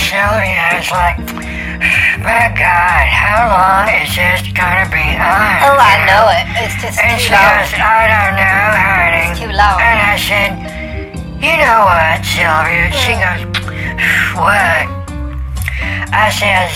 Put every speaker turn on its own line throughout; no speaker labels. shouting and it's like, my God, how long is this gonna be on?
Oh, I know it. It's just
And
too
she
loud.
goes, I don't know, honey.
It's too loud.
And I said, you know what, Sylvia? She goes, what? I says,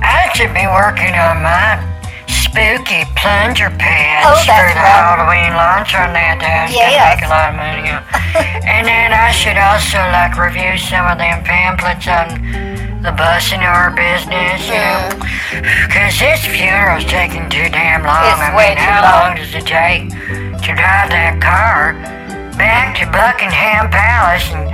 I should be working on my spooky plunger pants
Oh, that's
for the
right.
Halloween launch on that. That's
Yes.
gonna make a lot of money out. and then I should also like review some of them pamphlets on the bus in our business, you know. 'Cause this funeral's taking too damn long.
It's
I
way
mean,
too
how
long.
long does it take to drive that car back to Buckingham Palace and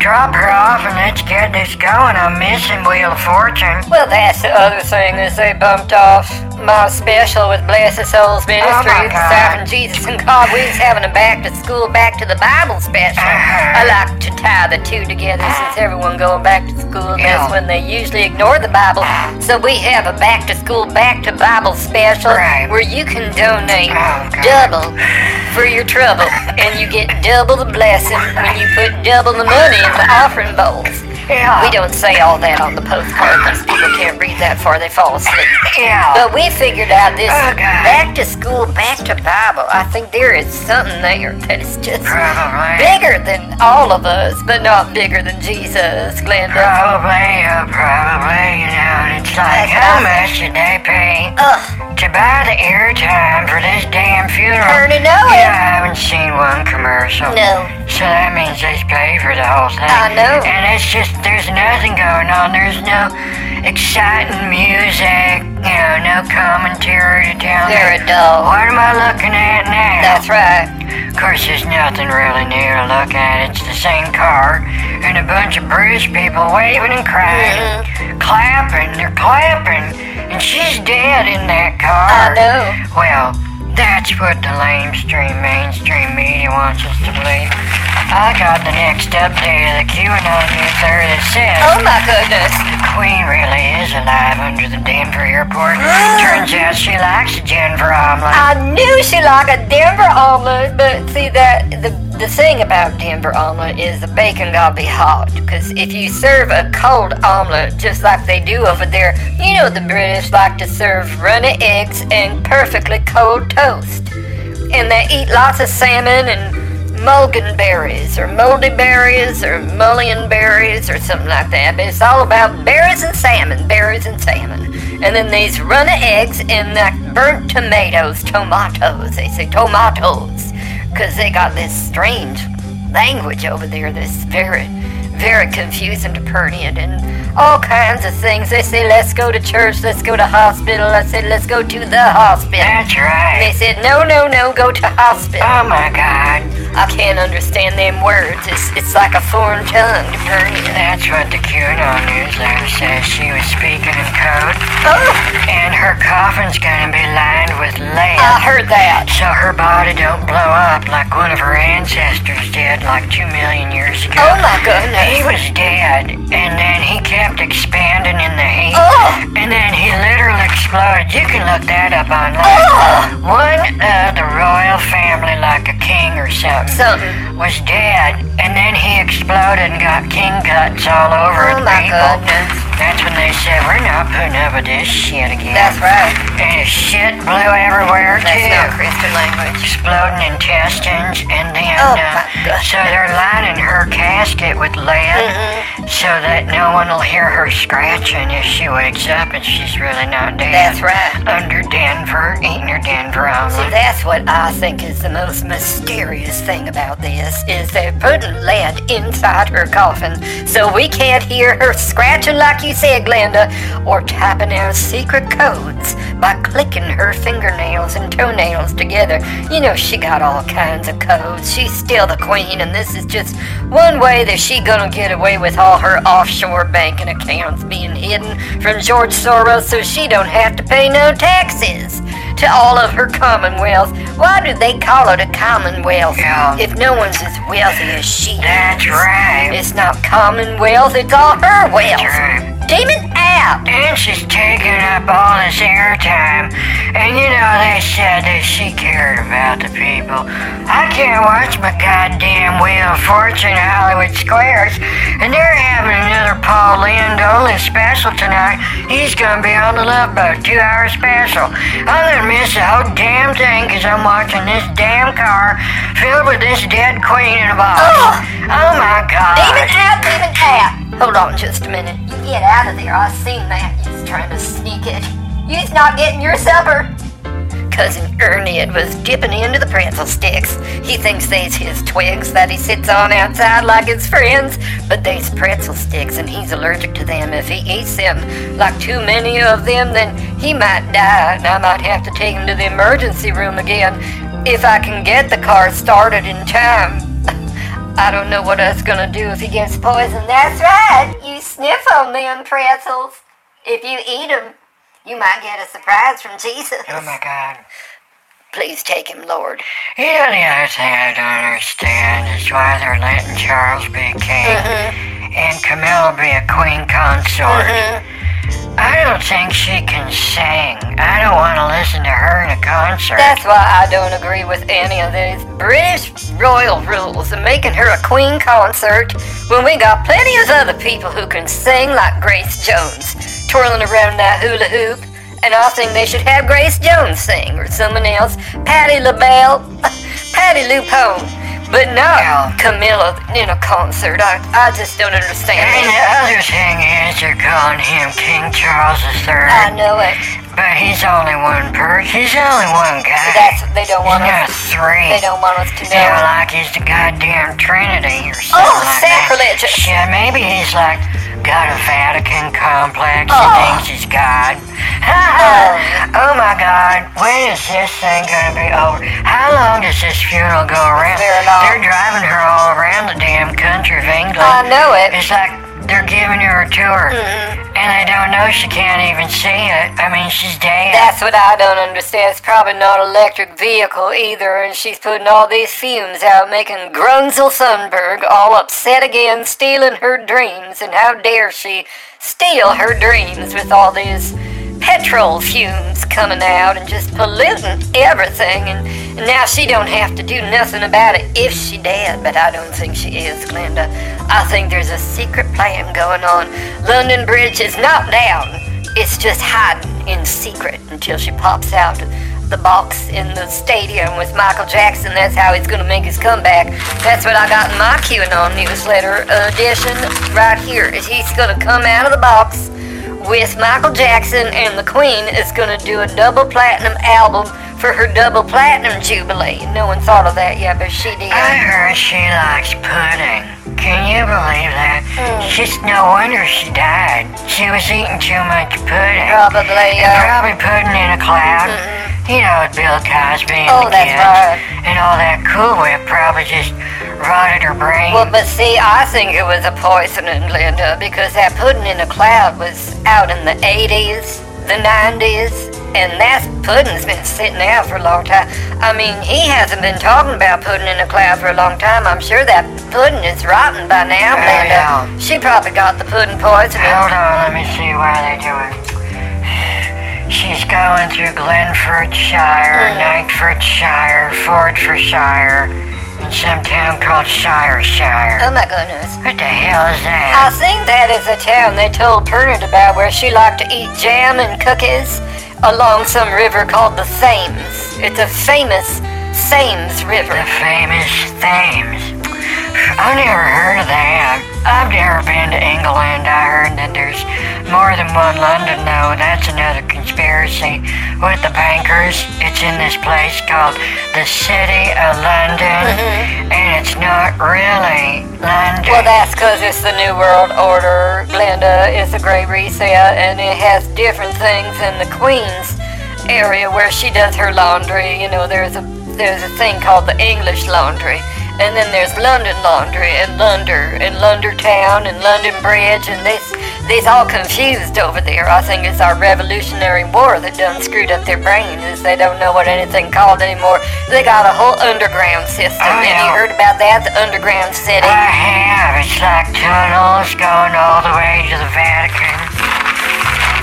drop her off and let's get this going? I'm missing Wheel of Fortune.
Well, that's the other thing is they bumped off my special with Blessed Souls Ministry,
Oh, God.
Serving Jesus and God. We was having a back to school, back to the Bible special.
Uh-huh.
I like to tie the two together since everyone going back to school.
Yeah. Uh-huh.
That's when they usually ignore the Bible. So we have a back to school, back to Bible special
Right.
where you can donate
Oh, God.
double for your trouble, and you get double the blessing when you put double the money in the offering bowls.
Yeah.
We don't say all that on the postcard because people can't read that far, they fall asleep.
Yeah.
But we figured out this
Oh, God.
back to school, back to Bible. I think there is something there that is just
Probably.
bigger than all of us, but not bigger than Jesus, Glenda.
Probably, uh, probably, you know, and it's like, how much did they pay
Ugh,
to buy the airtime for this damn funeral?
turn to know
You know,
it.
I haven't seen one commercial.
No.
So that means they pay for the whole thing.
I know.
And it's just, there's nothing going on. There's no exciting music, you know, no commentary to tell
They're
me.
a doll.
What am I looking at now?
That's right.
Of course, there's nothing really new to look at. It's the same car and a bunch of bruised people waving and crying,
Mm-hmm.
clapping. They're clapping, and she's dead in that car.
I know.
Well, that's what the lamestream mainstream media wants us to believe. I got the next update of the QAnon news there that says
Oh my goodness.
the Queen really is alive under the Denver airport. Turns out she likes a Denver omelet.
I knew she liked a Denver omelet, but see that the the thing about Denver omelet is the bacon gotta be hot. Cause if you serve a cold omelet, just like they do over there, you know the British like to serve runny eggs and perfectly cold toast, and they eat lots of salmon and. Mulgan berries, or moldy berries, or mullion berries, or something like that. But it's all about berries and salmon, berries and salmon. And then these runny eggs and like burnt tomatoes, tomatoes. They say tomatoes because they got this strange language over there that's very, very confusing to Pernian and all kinds of things. They say, let's go to church, let's go to hospital. I said, let's go to the hospital.
That's right.
They said, no, no, no, go to hospital.
Oh my god.
I can't understand them words. It's, it's like a foreign tongue to Pernian.
That's what the QAnon newsletter says. She was speaking in code,
Oh,
and her coffin's gonna be lined with
I
lead.
heard that.
So her body don't blow up like one of her ancestors did like two million years ago.
Oh my goodness.
He was dead, and then he kept expanding in the heat.
Oh,
And then he literally exploded. You can look that up online.
oh,
One of the royal family, like a king or something.
something.
was dead, and then he exploded and got king cuts all over
Oh
the
my
people.
goodness.
That's when they said, "We're not putting up with this shit again."
That's right.
and shit blew everywhere
That's not
too,
Christian language.
exploding intestines, and then
Oh, my
uh,
goodness.
so they're lining her casket with lead
Mm-hmm.
so that no one will hear her scratching if she wakes up and she's really not dead.
That's right.
Under Denver, eating her Denver
See,
omelet.
that's what I think is the most mysterious thing about this is they're putting lead inside her coffin so we can't hear her scratching like you said, Glenda, or typing out secret codes by clicking her fingernails and toenails together. You know she got all kinds of codes. She's still the queen, and this is just one way that she gonna get away with all her offshore banking accounts being hidden from George Soros, so she don't have to pay no taxes to all of her commonwealth. Why do they call it a commonwealth
Yeah.
if no one's as wealthy as she?
That's
is?
right.
It's not commonwealth, it's all her
That's
wealth.
right.
Demon out.
And she's taking up all this airtime. And you know, they said that she cared about the people. I can't watch my goddamn Wheel of Fortune at Hollywood Squares. And they're having another Paul Landolin special tonight. He's gonna be on the Love Boat, two hour special. I'm gonna miss the whole damn thing because I'm watching this damn car filled with this dead queen in a box.
Ugh.
Oh my god.
Even out, even out. Hold on just a minute. You get out of there. I seen that. You's trying to sneak it. You's not getting your supper. Cousin Ernie it was dipping into the pretzel sticks. He thinks they's his twigs that he sits on outside like his friends, but they's pretzel sticks and he's allergic to them. If he eats them like too many of them, then he might die and I might have to take him to the emergency room again if I can get the car started in time. I don't know what I was gonna do if he gets poisoned. That's right. You sniff on them pretzels. If you eat them, you might get a surprise from Jesus.
Oh my god.
Please take him, Lord.
You know, the other thing I don't understand is why they're letting Charles be king
Mm-hmm.
and Camilla be a queen consort.
Mm-hmm.
I don't think she can sing. I don't want to listen to her in a concert.
That's why I don't agree with any of these British royal rules and making her a queen consort when we got plenty of other people who can sing like Grace Jones, twirling around that hula hoop. And I think they should have Grace Jones sing or someone else, Patty LaBelle, Patty Lupone. But no, Camilla in a concert. I, I just don't understand.
and the
it.
other thing is they're calling him King Charles
I
III,
know it.
but he's only one person. He's only one guy.
That's what they don't
he's
want
not
us.
three.
They don't want us to know.
Yeah, well, like he's the goddamn Trinity or something.
Oh,
like
sacrilege.
That. Yeah, maybe he's like got a Vatican complex and
Oh.
thinks he's God. oh my God, when is this thing gonna be over? How long does this funeral go around?
Very long.
They're driving her all around the damn country of England.
I know it.
It's like they're giving her a tour,
Mm-hmm.
and they don't know she can't even see it. I mean, she's dead.
That's what I don't understand. It's probably not an electric vehicle either, and she's putting all these fumes out, making Grunzel Sundberg all upset again, stealing her dreams. And how dare she steal her dreams with all these petrol fumes coming out and just polluting everything? And, and now she don't have to do nothing about it if she did, but I don't think she is, Glenda. I think there's a secret plan going on. London Bridge is not down. It's just hiding in secret until she pops out of the box in the stadium with Michael Jackson. That's how he's gonna make his comeback. That's what I got in my QAnon newsletter edition right here. Is he's gonna come out of the box with Michael Jackson and the Queen is gonna do a double platinum album for her double platinum jubilee. No one thought of that yet, but she did.
I heard she likes pudding. Can you believe that?
Hmm.
It's just no wonder she died. She was eating too much pudding.
Probably. Uh,
Probably pudding in a cloud. You know, with Bill Cosby and
Oh,
the
that's
kids.
right.
And all that Cool Whip probably just rotted her brain.
Well, but see, I think it was a poisoning, Linda, because that pudding in the cloud was out in the 80s, the 90s, and that pudding's been sitting out for a long time. I mean, he hasn't been talking about pudding in the cloud for a long time. I'm sure that pudding is rotten by now,
Oh,
Linda.
yeah.
She probably got the pudding poisoning.
Hold on, let me see why they do it. She's going through
Mm.
Glenfordshire, Knightfordshire, Fordfordshire, and some town called Shireshire.
Oh my goodness.
What the hell is that?
I think that is a town they told Pernod about where she liked to eat jam and cookies along some river called the Thames. It's a famous Thames River.
the famous Thames. I've never heard of that. I've never been to England. I heard that there's more than one London, though. That's another conspiracy with the bankers. It's in this place called the City of London, and it's not really London.
Well, that's because it's the New World Order, Glenda. It's a great reset, and it has different things in the Queen's area where she does her laundry. You know, there's a there's a thing called the English laundry, and then there's London laundry and Lunder and Lunder Town and London Bridge, and this they's all confused over there. I think it's our Revolutionary War that done screwed up their brain, is they don't know what anything called anymore. They got a whole underground system.
Oh,
Have you
yeah.
heard about that? The underground city.
I have. It's like tunnels going all the way to the Vatican.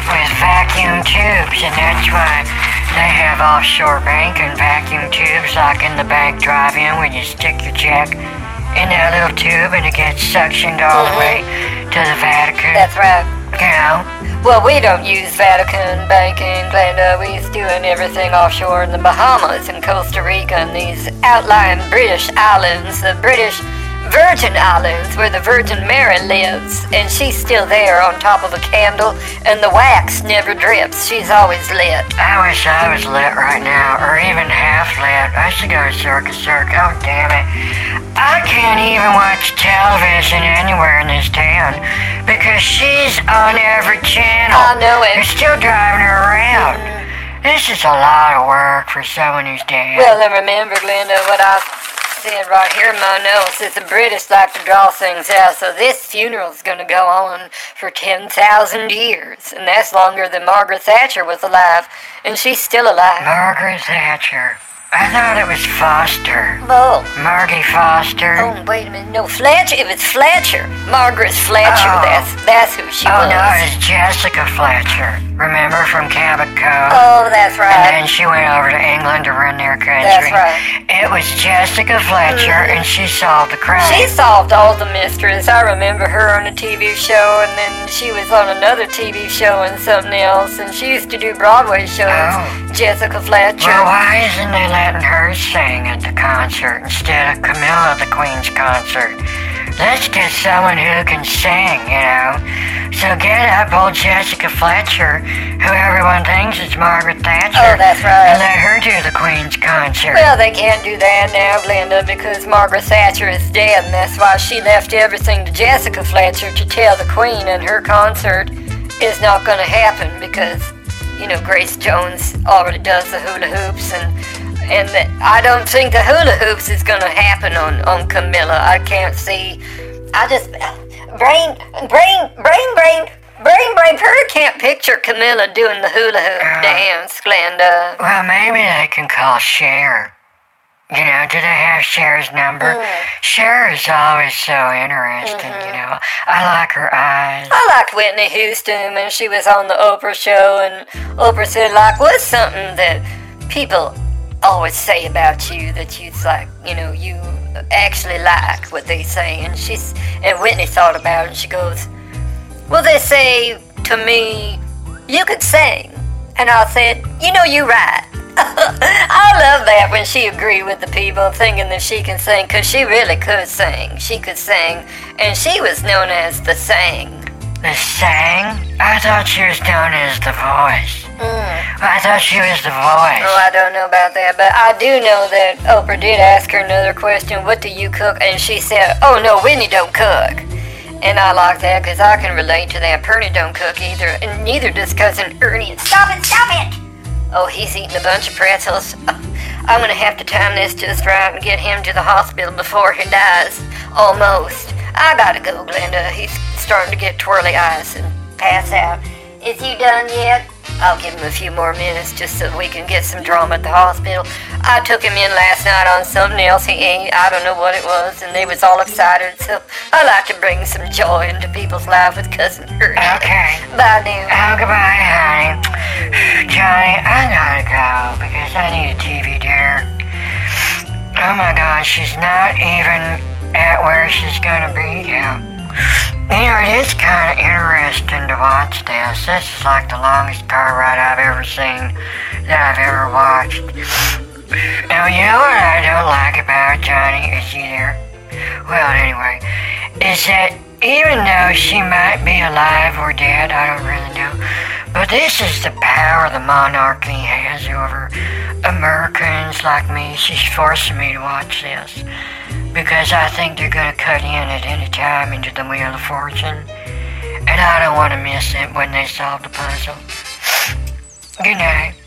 with vacuum tubes, and that's why they have offshore banking vacuum tubes, like in the bank drive-in, when you stick your check in that little tube and it gets suctioned all the way
Mm-hmm.
to the Vatican.
That's right.
you know,
Well, we don't use Vatican banking, Glenda. We're doing everything offshore in the Bahamas and Costa Rica and these outlying British islands, the British Virgin Islands, where the Virgin Mary lives. And she's still there on top of a candle, and the wax never drips. She's always lit.
I wish I was lit right now, or even half lit. I should go to Circus Circus. Oh, damn it. I can't even watch television anywhere in this town because she's on every channel.
I know
They're
it.
still driving her around. This is a lot of work for someone who's dead.
Well, then remember, Glenda, what I said right here in my notes is the British like to draw things out, so this funeral's going to go on for 10,000 years, and that's longer than Margaret Thatcher was alive, and she's still alive.
Margaret Thatcher. I thought it was Foster.
Oh,
Margie Foster.
oh, wait a minute. No, Fletcher. It was Fletcher. Margaret Fletcher.
Oh.
That's that's who she was.
no, it's Jessica Fletcher. Remember from Cabot Cove?
Oh, that's
And then
right.
she went over to England to run their country.
That's right.
It was Jessica Fletcher, and she solved the crime.
She solved all the mysteries. I remember her on a TV show, and then she was on another TV show and something else, and she used to do Broadway shows.
Oh.
Jessica Fletcher.
well, why isn't they letting her sing at the concert instead of Camilla at the Queen's concert? Let's get someone who can sing, you know. So get up old Jessica Fletcher, who everyone thinks is Margaret Thatcher,
Oh, that's
and
right.
let her do the Queen's concert.
Well, they can't do that now, Glenda, because Margaret Thatcher is dead, and that's why she left everything to Jessica Fletcher to tell the Queen, and her concert is not going to happen because, you know, Grace Jones already does the hula hoops, and and the, I don't think the hula hoops is going to happen on on Camilla. I can't see. I just brain brain brain brain. Brain, brain, her can't picture Camilla doing the hula hoop dance, Glenda.
Well, maybe they can call Cher. You know, do they have Cher's number?
Mm.
Cher is always so interesting,
Mm-hmm.
you know. I like her eyes.
I liked Whitney Houston when she was on the Oprah show, and Oprah said, like, what's something that people always say about you that you like, you know, you actually like what they say? And she's, and Whitney thought about it, and she goes, well, they say to me, you could sing. And I said, you know, you're right. I love that when she agreed with the people thinking that she can sing, because she really could sing. She could sing, and she was known as the Sang.
The sang? I thought she was known as the voice. I thought she was the
Oh,
voice.
I don't know about that, but I do know that Oprah did ask her another question, "What do you cook?" And she said, "Oh no, Whitney don't cook." And I like that because I can relate to that. Perny don't cook either, and neither does cousin Ernie. Stop it! Stop it! Oh, he's eating a bunch of pretzels. I'm gonna have to time this just right and get him to the hospital before he dies. Almost. I gotta go, Glenda. He's starting to get twirly eyes and pass out. Is you done yet? I'll give him a few more minutes just so we can get some drama at the hospital. I took him in last night on something else he ate. I don't know what it was, and they was all excited. So I like to bring some joy into people's life with cousin Ernie.
Okay.
Bye now.
Oh, goodbye, honey. Johnny, I gotta go because I need a TV dinner. Oh my god, she's not even at where she's gonna be yet. You know, it is kind of interesting to watch this. This is like the longest car ride I've ever seen that I've ever watched. Now, you know what I don't like about Johnny? Is he there? Well, anyway, is that even though she might be alive or dead, I don't really know, but this is the power the monarchy has over Americans like me. She's forcing me to watch this because I think they're going to cut in at any time into the Wheel of Fortune, and I don't want to miss it when they solve the puzzle. Good night.